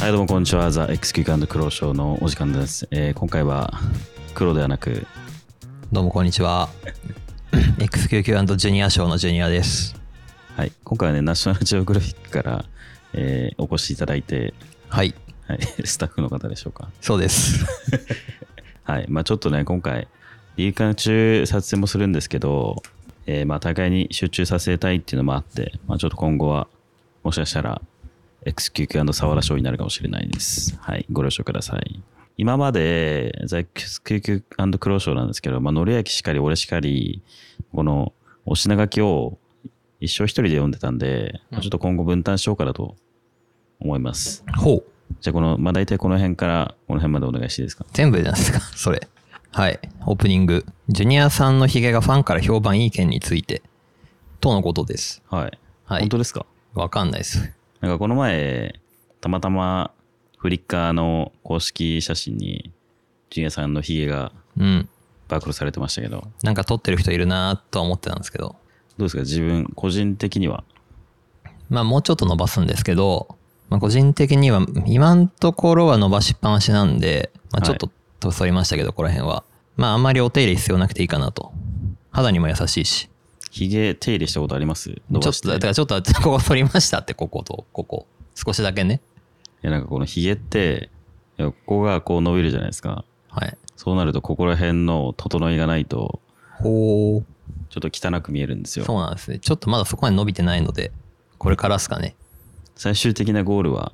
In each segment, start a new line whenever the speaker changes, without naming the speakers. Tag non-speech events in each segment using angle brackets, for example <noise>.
はい、どうもこんにちは。ザ・エクスキュークローショーのお時間です。えー今回は黒ではなく、
どうもこんにち <laughs> は。XQQ& ジュニア賞のジュニアです。
はい、今回はね、ナショナルジオグラフィックから、えーお越しいただいて、
はい、
はい、 <laughs> スタッフの方でしょうか。
そうです。
はい、まあちょっとね、今回、リーカー中撮影もするんですけど、えーまあ大会に集中させたいっていうのもあって、まあちょっと今後は、もしかしたら、XQQ& サワラ賞になるかもしれないです。はい、ご了承ください。今まで、ザ・ XQQ& クロー賞なんですけど、まあ、のりやきしかり、俺しかり、この、お品書きを一生一人で読んでたんで、まあちょっと今後分担しようかなと思います。
<laughs> ほう。
じゃあ、この、まあ、大体この辺から、この辺までお願いしていいですか。
全部じゃないですか、それ。はい。オープニング。ジュニアさんのヒゲがファンから評判いい件について。とのことです。
はい。
はい
本当ですか
わかんないです。
なんかこの前、たまたまフリッカーの公式写真に、ジュニアさんのヒゲが
うん。
暴露されてましたけど、ど
なんか撮ってる人いるなとは思ってたんですけど。
うですか自分、個人的には。
まあもうちょっと伸ばすんですけど、まあ、個人的には今のところは伸ばしっぱなしなんで、まあ、ちょっと取りましたけど、この辺は。まああんまりお手入れ必要なくていいかなと。肌にも優しいし。
ヒゲ手入れしたことあります伸
ちょ
ば
っ
して
と、だからちょっと、 <laughs> ここ取りましたって、ここと、ここ。少しだけね。
いや、なんかこのヒゲって、いやここがこう伸びるじゃないですか。
はい。
そうなると、ここら辺の整いがないと、
ほう。
ちょっと汚く見えるんですよ。
そうなんですね。ちょっとまだそこまで伸びてないので、これからですかね。
最終的なゴールは、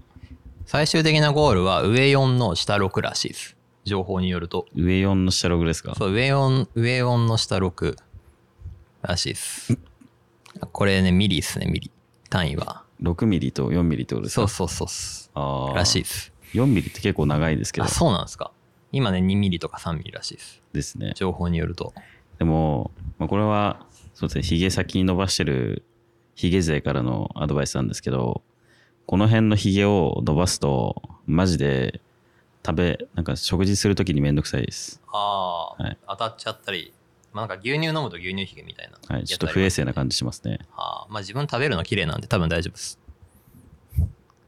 最終的なゴールは上4の下6らしいです。情報によると。
上4の下ログですか
そう、上4、上4の下6らしいです。これね、ミリですね、ミリ。単位は。
?6 ミリと4ミリってことです
そ
か
うそうそうっす。
あー
らしいです。
4ミリって結構長いですけど
あ、、そうなんですか。今ね、2ミリとか3ミリらしいです。
ですね。
情報によると。
でも、まあ、これは、そうですね、ヒゲ先に伸ばしてるヒゲ勢からのアドバイスなんですけど、この辺のヒゲを伸ばすと、マジで食べ、なんか食事するときにめんどくさいです。
ああ、
はい
当たっちゃったり、まあ、なんか牛乳飲むと牛乳ひげみたいな。
はい、ちょっと不衛生な
じ。
感じしますね。
あーまあ、自分食べるの綺麗なんで多分大丈夫です。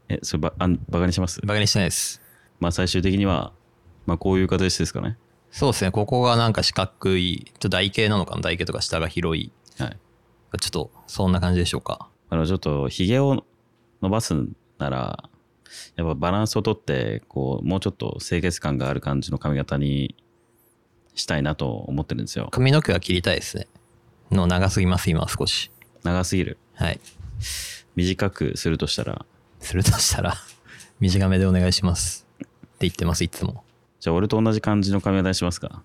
え、それば、あんバカにします
バカにしてないです。
まあ最終的には、まあこういう形ですかね。
そうですね、ここがなんか四角い、ちょっと台形なのかな、台形とか下が広い。
はい。
ちょっと、そんな感じでしょうか。
あの、ちょっとヒゲを伸ばすなら、やっぱバランスをとって、こう、もうちょっと清潔感がある感じの髪型にしたいなと思ってるんですよ。
髪の毛は切りたいですね。の長すぎます、今は少し。
長すぎる。
はい。
短くするとしたら、
するとしたら、 <laughs> 短めでお願いします。って言ってます、いつも。
じゃあ俺と同じ感じの髪型にしますか。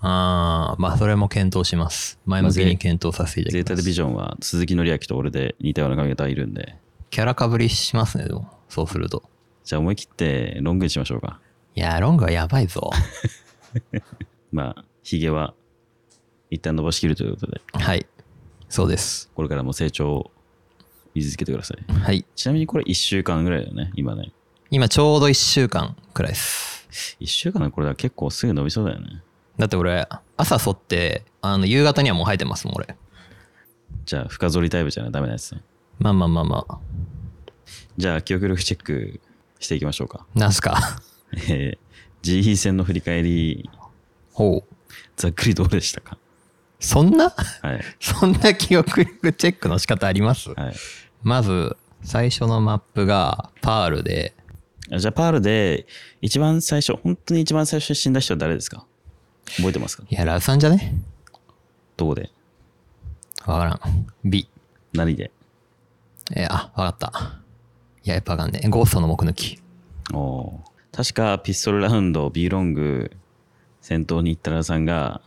ああ、まあ、それも検討します。前向きに検討させていただ
ゼー
きま
タ
す
デ。ビジョンは鈴木紀明と俺で似たような髪型いるんで、
キャラかぶりしますね、でも。そうすると。
じゃあ思い切ってロングにしましょうか。
いやー、ロングはやばいぞ。
まあ、ヒゲは一旦伸ばしきるということで。
はい。そうです。
これからも成長を見続けてください。
はい。
ちなみにこれ1週間ぐらいだよね、今ね。
今、ちょうど1週間くらいです。
1週間のこれは結構すぐ伸びそうだよね。
だって俺、朝剃って、あの、夕方にはもう生えてますもん、俺。
じゃあ、深剃りタイプじゃないダメなやつね。
まあまあまあまあ。
じゃあ、記憶力チェックしていきましょうか。
なんすか。
えー、GE 戦の振り返り、
ほう。
ざっくりどうでしたか
そんな
はい。
そんな記憶力チェックの仕方あります
はい、
まず、最初のマップがパールで、
あじゃあ、パールで、一番最初、本当に一番最初に死んだ人は誰ですか覚えてますか
いや、ラウさんじゃね
どこで
わからん。B。
何で
えーあ、わかった。いや、やっぱわかんねえ。ゴーストの目抜き。
おー確か、ピストルラウンド、B ロング、先頭に行ったらさんが、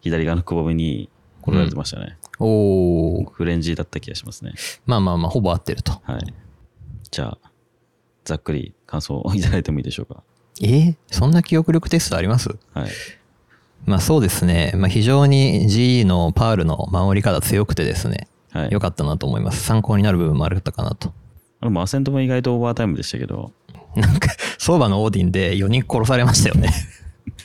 左側のくぼみに転がれてましたね。
おー。
フレンジだった気がしますね。
まあまあまあ、ほぼ合ってると。
はい。じゃあ、ざっくり感想をいただいてもいいでしょうか。
えーそんな記憶力テストあります
はい。
まあそうですね。まあ非常に GE のパールの守り方強くてですね。
はい。
良かったなと思います。参考になる部分もあったかなと。
あの、アセントも意外とオーバータイムでしたけど、
なんか、相場のオーディンで4人殺されましたよね。 <laughs>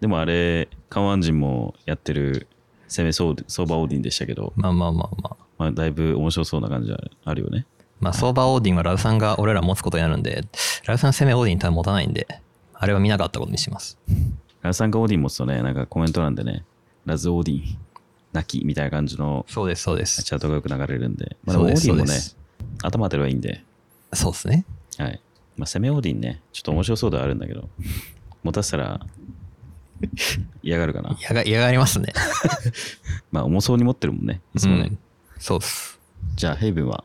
でもあれ、カンワンジンもやってる攻めそう相場オーディンでしたけど、
まあまあまあまあ。
まあ、だいぶ面白そうな感じはあるよね。
まあ、相場オーディンはラウさんが俺ら持つことになるんで、ラウさん攻めオーディン多分持たないんで、あれは見なかったことにします。
ラズさんがオーディン持つとね、なんかコメント欄でね、ラズオーディン、泣きみたいな感じの
そうです、そうです。
チャートがよく流れるんで、まあ、でも
そう
オーデ
です
ィンもね
そうです、
頭当てればいいんで、
そうですね。
はい。まあ、攻めオーディンね、ちょっと面白そうではあるんだけど、持たせた
<laughs>
ら嫌がるかな。
嫌が嫌がりますね。
まあ、重そうに持ってるもんね、いつもね。
うん <laughs> そうです。
じゃあ、ヘイブンは、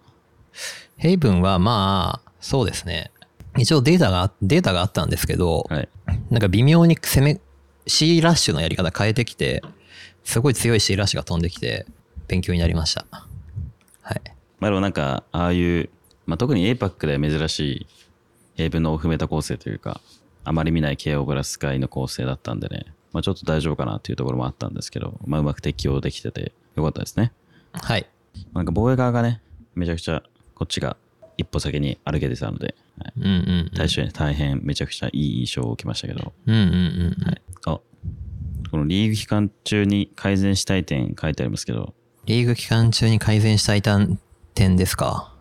ヘイブンはまあ、そうですね。一応データが、データがあったんですけど、
はい。
なんか微妙に攻め、C ラッシュのやり方変えてきて、すごい強い C ラッシュが飛んできて、勉強になりました。はい。
まあ、でもなんか、ああいう、まあ、特に APAC で珍しい、ヘイブンのオフメタ構成というか、あまり見ない KO プラス会の構成だったんでね、まあ、ちょっと大丈夫かなっていうところもあったんですけど、まあ、うまく適応できてて、よかったですね。
はい。
なんか防衛側がね、めちゃくちゃこっちが一歩先に歩けてたので、はい
うんうん
大変大変めちゃくちゃいい印象を受けましたけど、
うん。うんうんうん。
あこのリーグ期間中に改善したい点書いてありますけど、
リーグ期間中に改善したい点ですか。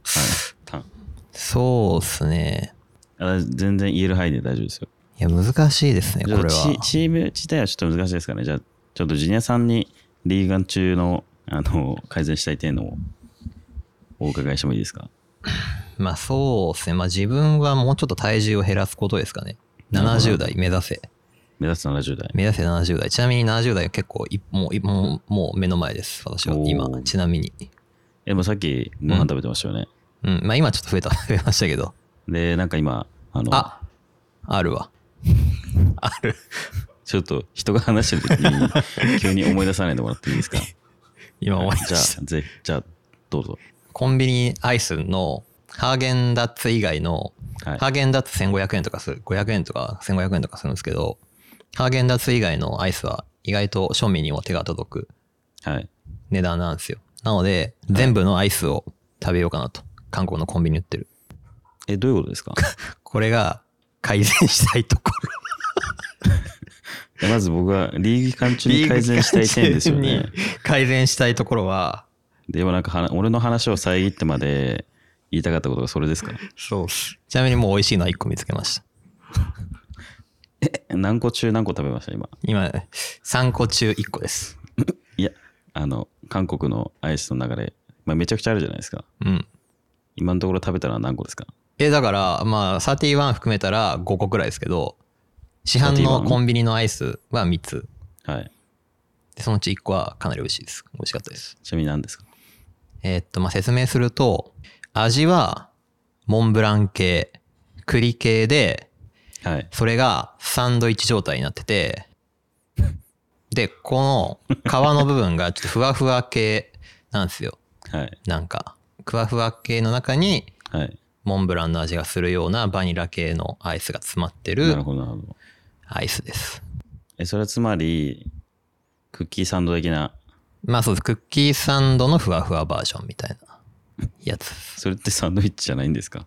たん
そうですね。
あ全然言える範囲で大丈夫ですよ。
いや、難しいですね、こ
ちょっと
れ
チ
は。
チーム自体はちょっと難しいですかね。じゃあ、ちょっとジュニアさんにリーグ期間中のあの改善したい点のお伺いしてもいいですか。
まあそうですね。まあ自分はもうちょっと体重を減らすことですかね。
なるほど
70代目指せ。
目指す70代。
目指せ70代。ちなみに70代は結構い、もうい、もう、もう目の前です。私は
おー
今、ちなみに。
え、もうさっきご飯食べてましたよね。
うん。まあ今ちょっと増えた、増えましたけど。
で、なんか今、あの、
ああるわ。ある。
ちょっと人が話してる時
<laughs>
に急に思い出さないでもらっていいですか
今思い出
じゃ
した。
あ、ぜじゃあ、どうぞ。
コンビニアイスのハーゲンダッツ以外の、
はい
ハーゲンダッツ1500円とかする、500円とか1500円とかするんですけど、ハーゲンダッツ以外のアイスは意外と庶民にも手が届く
はい。
値段なんですよ。なので、全部のアイスを食べようかなと。韓国のコンビニ売ってる。
え、どういうこと
<laughs>
ですか
これが改善したいところ。
えまず僕はリーグ期間中に改善したい点ですよ
リ
ね
ーグ。に改善したいところは、
でもなんかはな、俺の話を遮ってまで言いたかったことがそれですか
そうっす。ちなみにもう美味しいのは1個見つけました。
え何個中何個食べました今。
今、3個中1個です。
いや、あの、韓国のアイスの流れ、まあ、めちゃくちゃあるじゃないですか。
うん。
今のところ食べたら何個ですか
え、だから、まあ、31含めたら5個くらいですけど、市販の
31
コンビニのアイスは3つ。
はい。
で、そのうち1個はかなり美味しいです。美味しかったです。
ちなみに何ですか
えーっと、まあ、説明すると、味は、モンブラン系、栗系で、
はい。
それがサンドイッチ状態になってて、で、この皮の部分がちょっとふわふわ系なんですよ。
はい。
なんか、ふわふわ系の中に、
はい。
モンブランの味がするようなバニラ系のアイスが詰まって
なる
る
ほど、なるほど。
アイスです。
え、それはつまり、クッキーサンド的な、
まあそうです。クッキーサンドのふわふわバージョンみたいなやつ。
それってサンドイッチじゃないんですか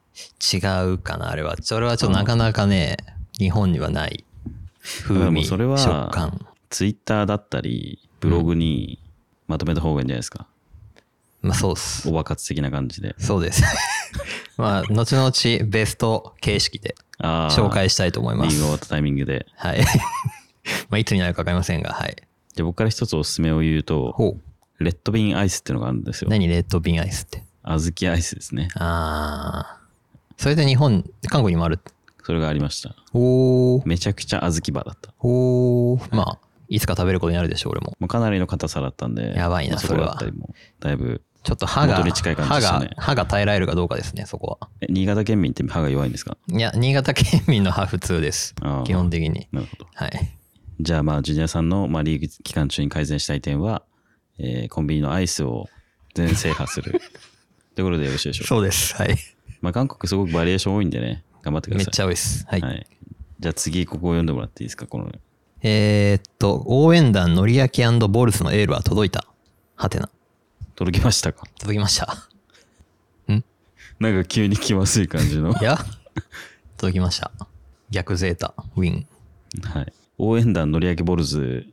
違うかなあれは。それはちょっとなかなかね、日本にはない風
でも
味、
それは
食感。
ツイッターだったり、ブログにまとめた方がいいんじゃないですか。
まあそうっす。
おばかつ的な感じで。
そうです。 <laughs> まあ、後々ベスト形式で
あー
紹介したいと思い
リー
ま
グ
す
終。わったタイミングで。
はい。 <laughs> まあ、いつになるかわかりませんが、はい。
じゃあ僕から一つおすすめを言うと、
ほう。
レッドビンアイスっていうのがあるんですよ。
何、レッドビンアイスって。
小豆アイスですね。
あー。それで日本、韓国にもある。
それがありました。
おー。
めちゃくちゃ小豆バーだった。
おー。まあ、いつか食べることになるでしょう、俺も。
もうかなりの硬さだったんで、
やばいな
まあそ
そ
こ
れは
だったりも、だいぶ、
ちょっと歯が、
元に近い感じで
歯
した
が
ね、
歯が耐えられるかどうかですね、そこは。
え新潟県民って歯が弱いんですか
いや、新潟県民の歯普通です
あー。
基本的に。
なるほど。
はい。
じゃあ、まあ、ジュニアさんの、まあ、リーグ期間中に改善したい点は、えーコンビニのアイスを全制覇す
<laughs>
る。ということでよろしいでしょうか。
そうです。はい。
まあ、韓国すごくバリエーション多いんでね、頑張ってくだ
めっ
さい。
ちゃ多いです。はい。
はい。じゃあ次、ここを読んでもらっていいですか、この。
えーっと、応援団のりやきボルスのエールは届いた。はてな。
届きましたか <laughs>
届きました。
なんか急に気まずい感じの。<laughs>
いや、届きました。逆ゼータ、ウィン。
はい。応援団乗り上げボルズ、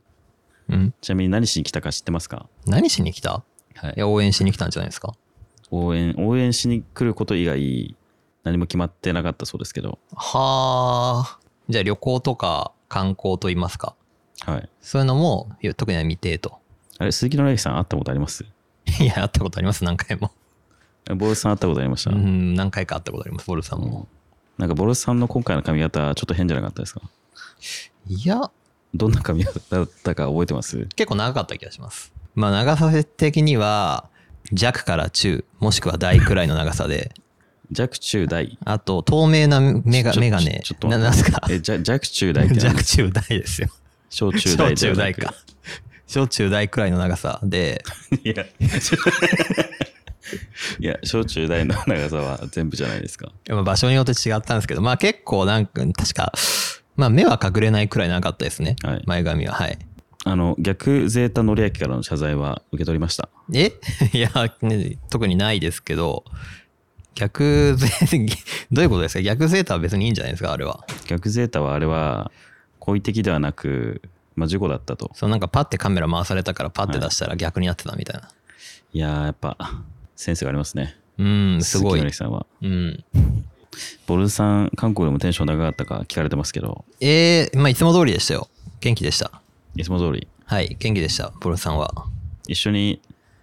うん
ちなみに何しに来たか知ってますか
何しに来た
はい
いや、応援しに来たんじゃないですか。
応援、応援しに来ること以外、何も決まってなかったそうですけど、
はあ。じゃあ旅行とか観光といいますか。
はい。
そういうのもいや特には未定
<laughs>
と。
あれ、鈴木の之さん会ったことあります
いや、会ったことあります、何回も。
ボルスさん会ったことありました、
うん、何回か会ったことあります、ボルさんも。
なんかボルスさんの今回の髪型、ちょっと変じゃなかったですか
いや、
どんな髪型だったか覚えてます
結構長かった気がします。まあ、長さ的には、弱から中、もしくは大くらいの長さで、
<laughs> 弱中大。
あと、透明なメガ
ちょ
メガネ。
ちょちょっと
な
待って
なんすか
え、弱弱中大って何
弱中大ですよ。
小中
小
大で
中
はな
大
く
か。。小中大くらいの長さで、
いや、 <laughs> いや、小中大の長さは全部じゃないですか。
まあ場所によって違ったんですけど、まあ結構なんか、確か、まあ目は隠れないくらい長かったですね。
はい
前髪は。はい。
あの、逆ゼータのりあきからの謝罪は受け取りました。
え <laughs> いや、ね特にないですけど、逆税、 <laughs> どういうことですか逆税とは別にいいんじゃないですかあれは。
逆ゼータはあれは、故意的ではなく、まあ、事故だったと。
そうなんかパッてカメラ回されたからパッて出したら逆になってたみたいな。
いやー、やっぱ、センスがありますね。
うん、すご
鈴木のり
い
あき。さんは。
うん。
ボルさん、韓国でもテンション高かったか聞かれてますけど、
えー、まあいつも通りでしたよ。元気でした。
いつも通り、
はい、元気でした、ボルさんは。
一緒に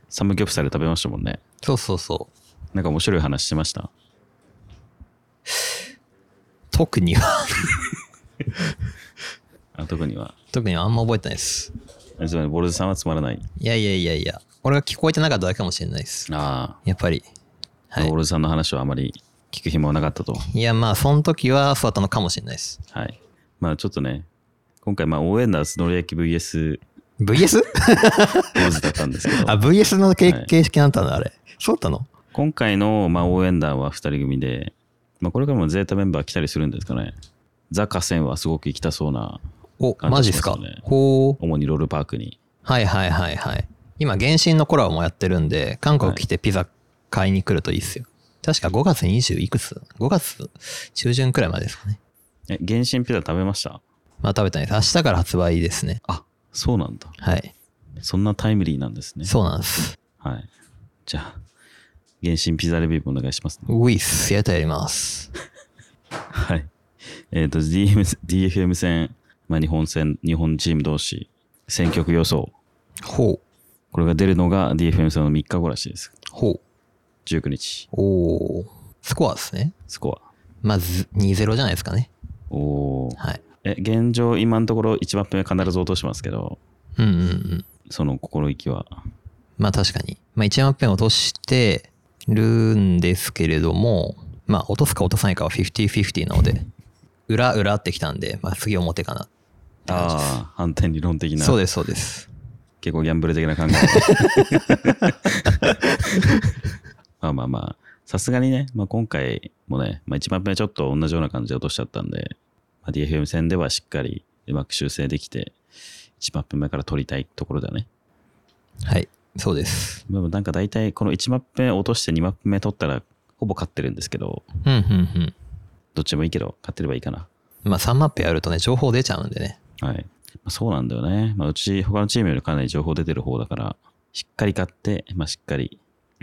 サムギョプサル食べましたもんね。
そうそうそう。
なんか面白い話してました。
特には、 <laughs>
あ特には。
特にはあんま覚えてないです。
つまり、ボルさんはつまらない。
いやいやいやいや、俺が聞こえてなかっただけかもしれないです。
あ
やっぱり。
あ、
はい
ボルさんの話はあまり聞く暇はなかったと。
いや、まあ、その時はそうだったのかもしれないです。
はい。まあちょっとね、今回、まあ、応援ダースのり焼き VS <laughs>
VS?
ポーズだったんです <laughs> け
あ、
ど、
VS のけ
はい
形式なんだったんだ、あれ。そうだったの
今回の、まあ、応援団は2人組で、まあ、これからもゼータメンバー来たりするんですかね。ザ・カセンはすごく行きたそうな、
お、
感じ
マジっすか。
しますよね
ほう。
主にロールパークに。
はいはいはいはい。今、原神のコラボもやってるんで、韓国来てピザ買いに来るといいっすよ。確か5月20いくつ ?5 月中旬くらいまでですかね。
え、原神ピザ食べました
まあ食べたいです。明日から発売ですね。
あそうなんだ。
はい。
そんなタイムリーなんですね。
そうなんです。
はい。じゃあ、原神ピザレビューもお願いします、ね。
ウィス、やってやります。
はい。えっ、と、DM DFM 戦、まあ、日本戦、日本チーム同士、選曲予想。
ほう。
これが出るのが DFM 戦の3日後らしいです。
ほう。
19日、
おー。スコアですね。
スコ
まず2-0じゃないですかね。
ア。おお。
はい。
え、現状、今のところ1マップ目必ず落としてますけど、
うんうんうん。
その心意気は。
まあ確かに。まあ1マップを落としてるんですけれども、まあ落とすか落とさないかは50-50なので、裏裏ってきたんで、まあ次表かなって感じです。
ああ、反転理論的な。
そうです、そうです。
結構ギャンブル的な考え。
<laughs>
まあまあまあ、さすがにね、まあ、今回もね、まあ、1マップ目ちょっと同じような感じで落としちゃったんで、まあ、DFM 戦ではしっかりうまく修正できて、1マップ目から取りたいところだね。
はい。そうです。
まあ、なんか大体この1マップ目落として2マップ目取ったらほぼ勝ってるんですけど、
うんうんうん。
どっちでもいいけど勝ってればいいかな。
まあ3マップやるとね、情報出ちゃうんでね。
はい。まあ、そうなんだよね。まあ、うち他のチームよりかなり情報出てる方だから、しっかり勝って、まあ、しっかり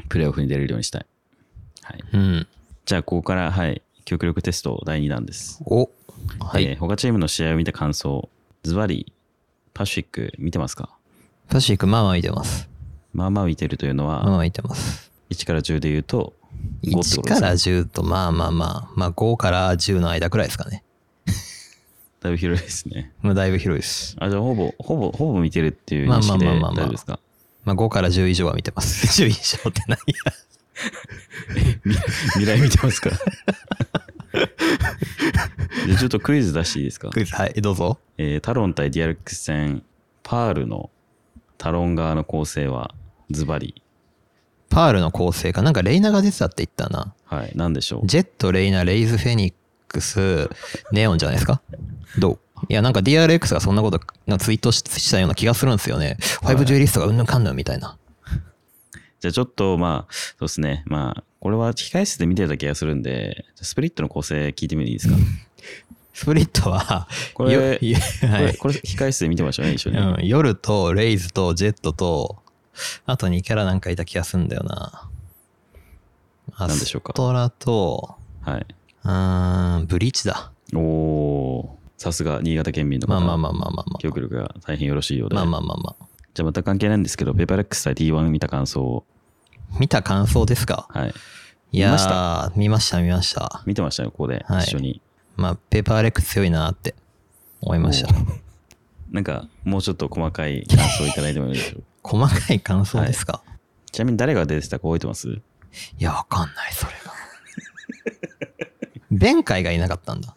プレーオフに出れるようにしたい。はい。
うん。
じゃあ、ここから、はい、極力テスト第2弾です。
お。はい。
えー他チームの試合を見た感想、ズバリ、パシフィック見てますか
パシフィック、まあまあ見てます。
まあまあ見てるというのは、
まあまあ見てます。
1から10で言うと、5って
1
ことで
か
すね
ら10と、まあまあまあ、まあ5から10の間くらいですかね。
だいぶ広いですね。
まあだいぶ広いです。
あ、じゃあ、ほぼ、ほぼ、ほぼ見てるっていう
まあ
認
まあ
識で
まあ
大
まあまあ
丈夫です
<laughs>
か
まあ5から10以上は見てます。10以上 <laughs> って何
<laughs>
や。
未来見てますか <laughs> じゃあちょっとクイズ出していいですか
クイズ、はい、どうぞ。
えータロン対ディアルックス戦、パールのタロン側の構成はズバリ、
パールの構成か。なんかレイナが出てたって言ったな。
はい、何でしょう
ジェット、レイナ、レイズ、フェニックス、ネオンじゃないですかどういや、なんか DRX がそんなことなんかツイートししたような気がするんですよね。
はい
5ジュエリストがうんぬんかんぬんみたいな。
じゃあちょっとまあ、そうですね、まあ、これは控室で見てた気がするんで、じゃあスプリットの構成聞いてみていいですか
スプリットは、
これ
よいやは
これ
い
これ控室で見てましたね、一緒に。
うん、夜とレイズとジェットと、あと2キャラなんかいた気がするんだよな。ア
なんでしょう
ス
か
トラと、
はい。
うーん、ブリーチだ。
おおーさすが新潟県民の方。
まあまあまあまあまあま
記憶力が大変よろしいよう
あ。
で。
まあまあまあまあ。
じゃあまた関係ないんですけど、ペーパーレックス対 T1 見た感想を。
見た感想ですか
はい。
いや
見まし
ー、見ました見ました。
見てましたよ、ここで。
はい
一緒に。
まあ、ペーパーレックス強いなって思いました。
なんか、もうちょっと細かい感想をいただいてもいいでしょうか
細かい感想ですか、
ちなみに誰が出てたか覚えてます
い、や、わかんない、それが。弁解がいなかったんだ。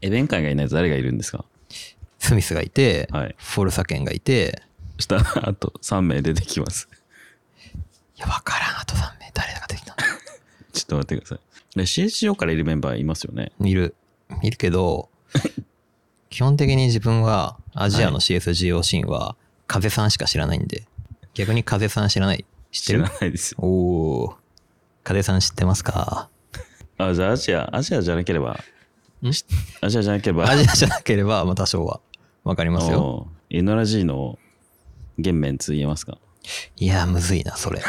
え、弁解がいないと誰がいるんですか
スミスがいて、
はい
フォルサケンがいて、
そしたら、あと3名出てきます。 <laughs>
いや、わからん、あと3名、誰ができたんだ
ちょっと待ってください。で CSGO からいるメンバーいますよね。
いる。いる
<laughs>
けど、基本的に自分はアジアの CSGO シーンは風さんしか知らないんで、逆に風さん知らない。知って
知
る
らないですよ。
おお。風さん知ってますか
あ、じゃあアジア、アジアじゃなければ、
ん
アジアじゃなければ、
アジアじゃなければ、まあ多少はわかりますよ。
のイノラジーの原面つ言えますか
いや、むずいな、そ
<laughs>
れ。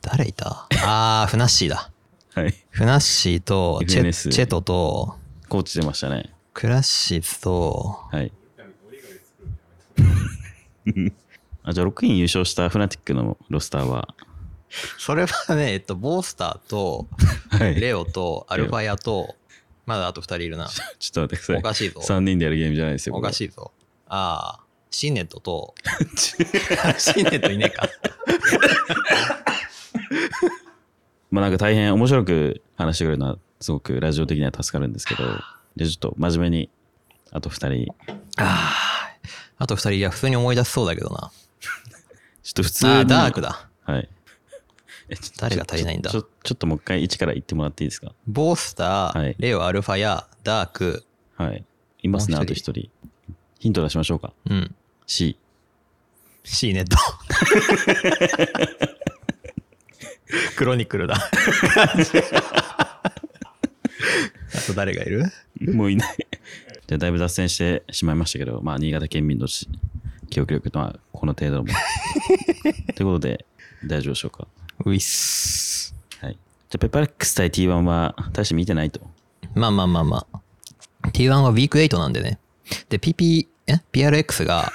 誰いたあー、フナッシーだ。
はい。
フナッシーとチェ
FNS
チェトと
コーチ出ましたね。
クラッシーズと、
はい。 <laughs> あじゃあ6人優勝したフナティックのロスターは、
それはね、えっと、ボースターと、
はい
レオとアルファヤと、まだあと2人い
<laughs>
るな。
ちょっと待ってください。
おかしいぞ
3人でやるゲームじゃないですよ。
おか
い。
しいぞ。ああ、シーネットと、 <laughs>
<laughs>
シーネットいねえか。
まあなんか大変面白く話してくれるのは、すごくラジオ的には助かるんですけど、じゃあちょっと真面目に、あと2人、ちょ
ああ、あと2人、いや、普通に思い出しそうだけどな。
っと普通に。
ああ、ダークだ。
はい。えちょ
誰が足りないんだ
ちょちょちょっともう一回1から言ってもらっていいですか
ボースター、
はい
レオ、アルファヤ、ダーク、
はい。いますね、
も
あ
う一人
と1人。ヒント出しましょうか。
うん、
C。
シーネッ
<laughs>
ト。クロニクルだ。あと誰がいる
もういない。 <laughs> じゃあだいぶ脱線してしまいましたけど、まあ、新潟県民のし記憶力とはこの程度の
<laughs>
ものということで、大丈夫でしょうか。
ウィス。
はい。じゃあ、ペパレックス対 T1 は大して見てないと。
まあまあまあまあ。T1 はウィーク8なんでね。で、PP、え
<laughs>
?PRX が、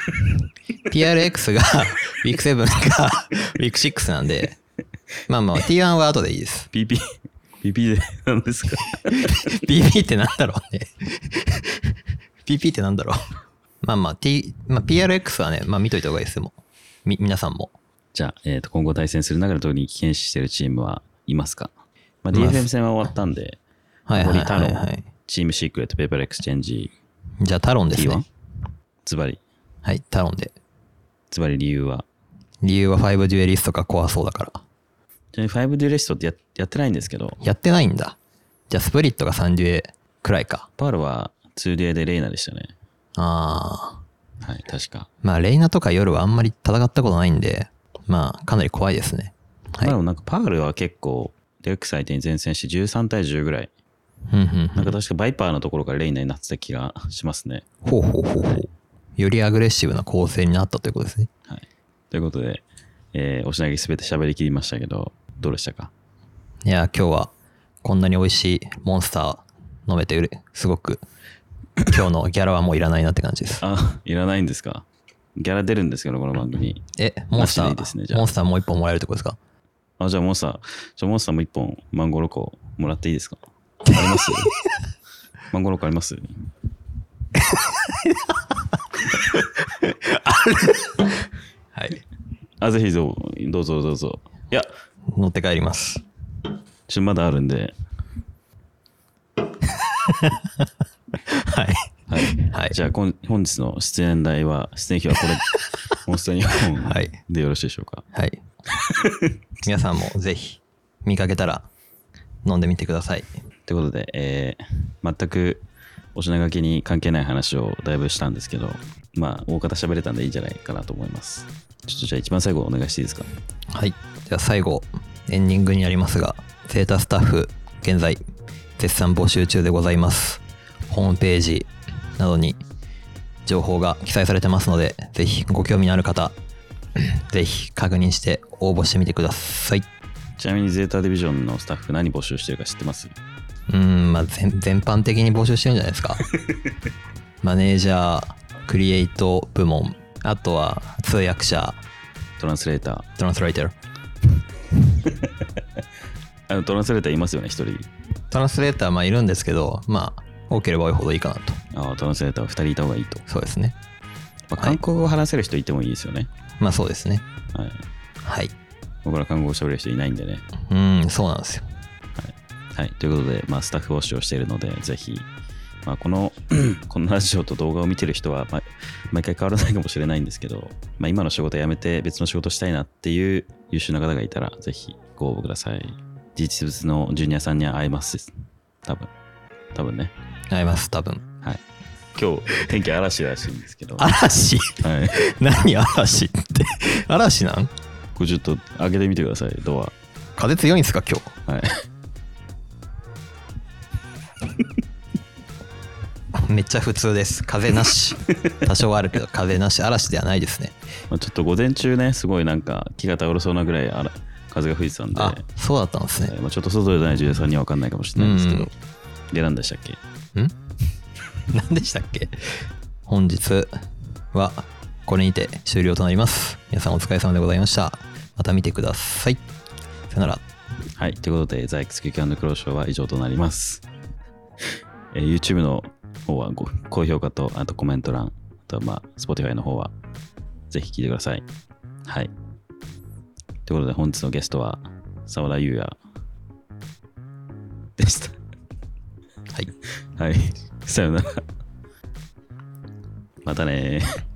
PRX が、ウィーク7が、ウィーク6なんで、まあまあ、T1 は後でいいです。 <laughs>
PP、PP でなんですか
PP ってなんだろうね。PP ってなんだろう。まあまあ、T、まあ PRX はね、まあ見といた方がいいですもうみ、皆さんも。
<laughs> じゃあ、えーと、今後対戦する中で特に危険視しているチームはいますかまあ、
います
DFM 戦は終わったんで、
はいはい
森
は
太
い、はい
郎。、チームシークレット、ペーパーエクスチェンジ、
じゃあ、タロンですね。
T1、ズバリ、
はい、タロンで。
ズバリ理由は。
理由は5デュエリストが怖そうだから。
ちなみに5デュレストってややってないんですけど、
やってないんだ。じゃあ、スプリットが3デュエくらいか。
パールは 2DA でレイナでしたね。
ああ。
はい、確か。
まあ、レイナとか夜はあんまり戦ったことないんで、まあ、かなり怖いですね。
まあ
はい
でもなんかパールは結構、デレックス相手に前線して13対10ぐらい。
うんうん
なんか確かバイパーのところからレイナになってた気がしますね。
ほうほうほうほう。よりアグレッシブな構成になったということですね。
はい。ということで、えーおしなぎすべて喋りきりましたけど、どうでしたか
いや、今日はこんなに美味しいモンスター飲めてうれ、すごく、今日のギャラはもういらないなって感じです。
あ、いらないんですかギャラ出るんですけど、この番組。
え、モンスタ
なしで
ー、
いいですねじゃあ
モンスターもう一本もらえるってことですか
あ、じゃあモンスター、じゃあモンスターも1本、マンゴーロコもらっていいですかありますマンゴーロコあります
はい。
あ、ぜひどうどうぞどうぞ。いや、
持って帰ります。
ちょまだあるんで、
はい。
はい。
はい。
じゃあこん本日の出演代は、出演費は
<laughs>
これ、モンスター2本
はい
でよろしいでしょうか。 <laughs>
はい。皆さんもぜひ、見かけたら、飲んでみてください。
ということで、えー全くお品書きに関係ない話をだいぶしたんですけど、まあ、大方喋れたんでいいんじゃないかなと思います。ちょっとじゃあ一番最後お願いしていいですか。
はい。では最後、エンディングになりますが、セータスタッフ、現在、絶賛募集中でございます。ホームページなどに情報が記載されてますので、ぜ <clears throat> ひご興味のある方、ぜひ確認して応募してみてください。
ちなみにゼータディビジョンのスタッフ何募集してるか知ってます
うん、まあ全全般的に募集してるんじゃないですか。マネージャー、クリエイト部門、あとは通訳者、
トランスレーター
トランスライター。
あのトランスレーターいますよね、一人。
トランスレーターまあいるんですけど、まあ多ければ多いほどいいかなと。
ああ、トランスレーターは2人いた方がいいと。
そうですね。
まあ、
は
韓
い
国語を話せる人いてもいいですよね。
まあそうですね。
はい。
はい。
僕ら韓国語喋れる人いないんでね。
うん、そうなんですよ。
はい。ということで、まあ、スタッフ募集をしているので、ぜひ、まあ、この、 <clears throat> このラジオと動画を見てる人は、まあ、毎回変わらないかもしれないんですけど、まあ、今の仕事辞めて別の仕事したいなっていう優秀な方がいたら、ぜひご応募ください。実物のジュニアさんに会えますです。多分。多分ね。
合います、多分。
はい。今日、天気嵐らしいんですけど、はい。
嵐 <laughs> 何嵐って。嵐なん
これちょっと開けてみてください、ドア。
風強いんですか、今日。
はい。
めっちゃ普通です。風な <laughs> し。多少はあるけど、風なし。嵐ではないですね。
まあ、ちょっと午前中ね、すごいなんか木が倒れそうなぐらいあら風が吹いてたんで、
あ、そうだったんです
え
ね。
ーまあ、ちょっと外でない女優さんには分かんないかもしれないんですけど、
うん
で、なんでしたっけ
ん何でしたっけ本日はこれにて終了となります。皆さんお疲れ様でございました。また見てください。さよなら。
はい、ということで、ザイクスキュキャンドクローショーは以上となります。 <laughs> えー YouTube の方はご高評価と、あとコメント欄、あとはまあ、Spotify の方は、ぜひ聞いてください。はい。ということで、本日のゲストは、澤田優也でした。
はい。
<laughs> はい。さよなら。またねー。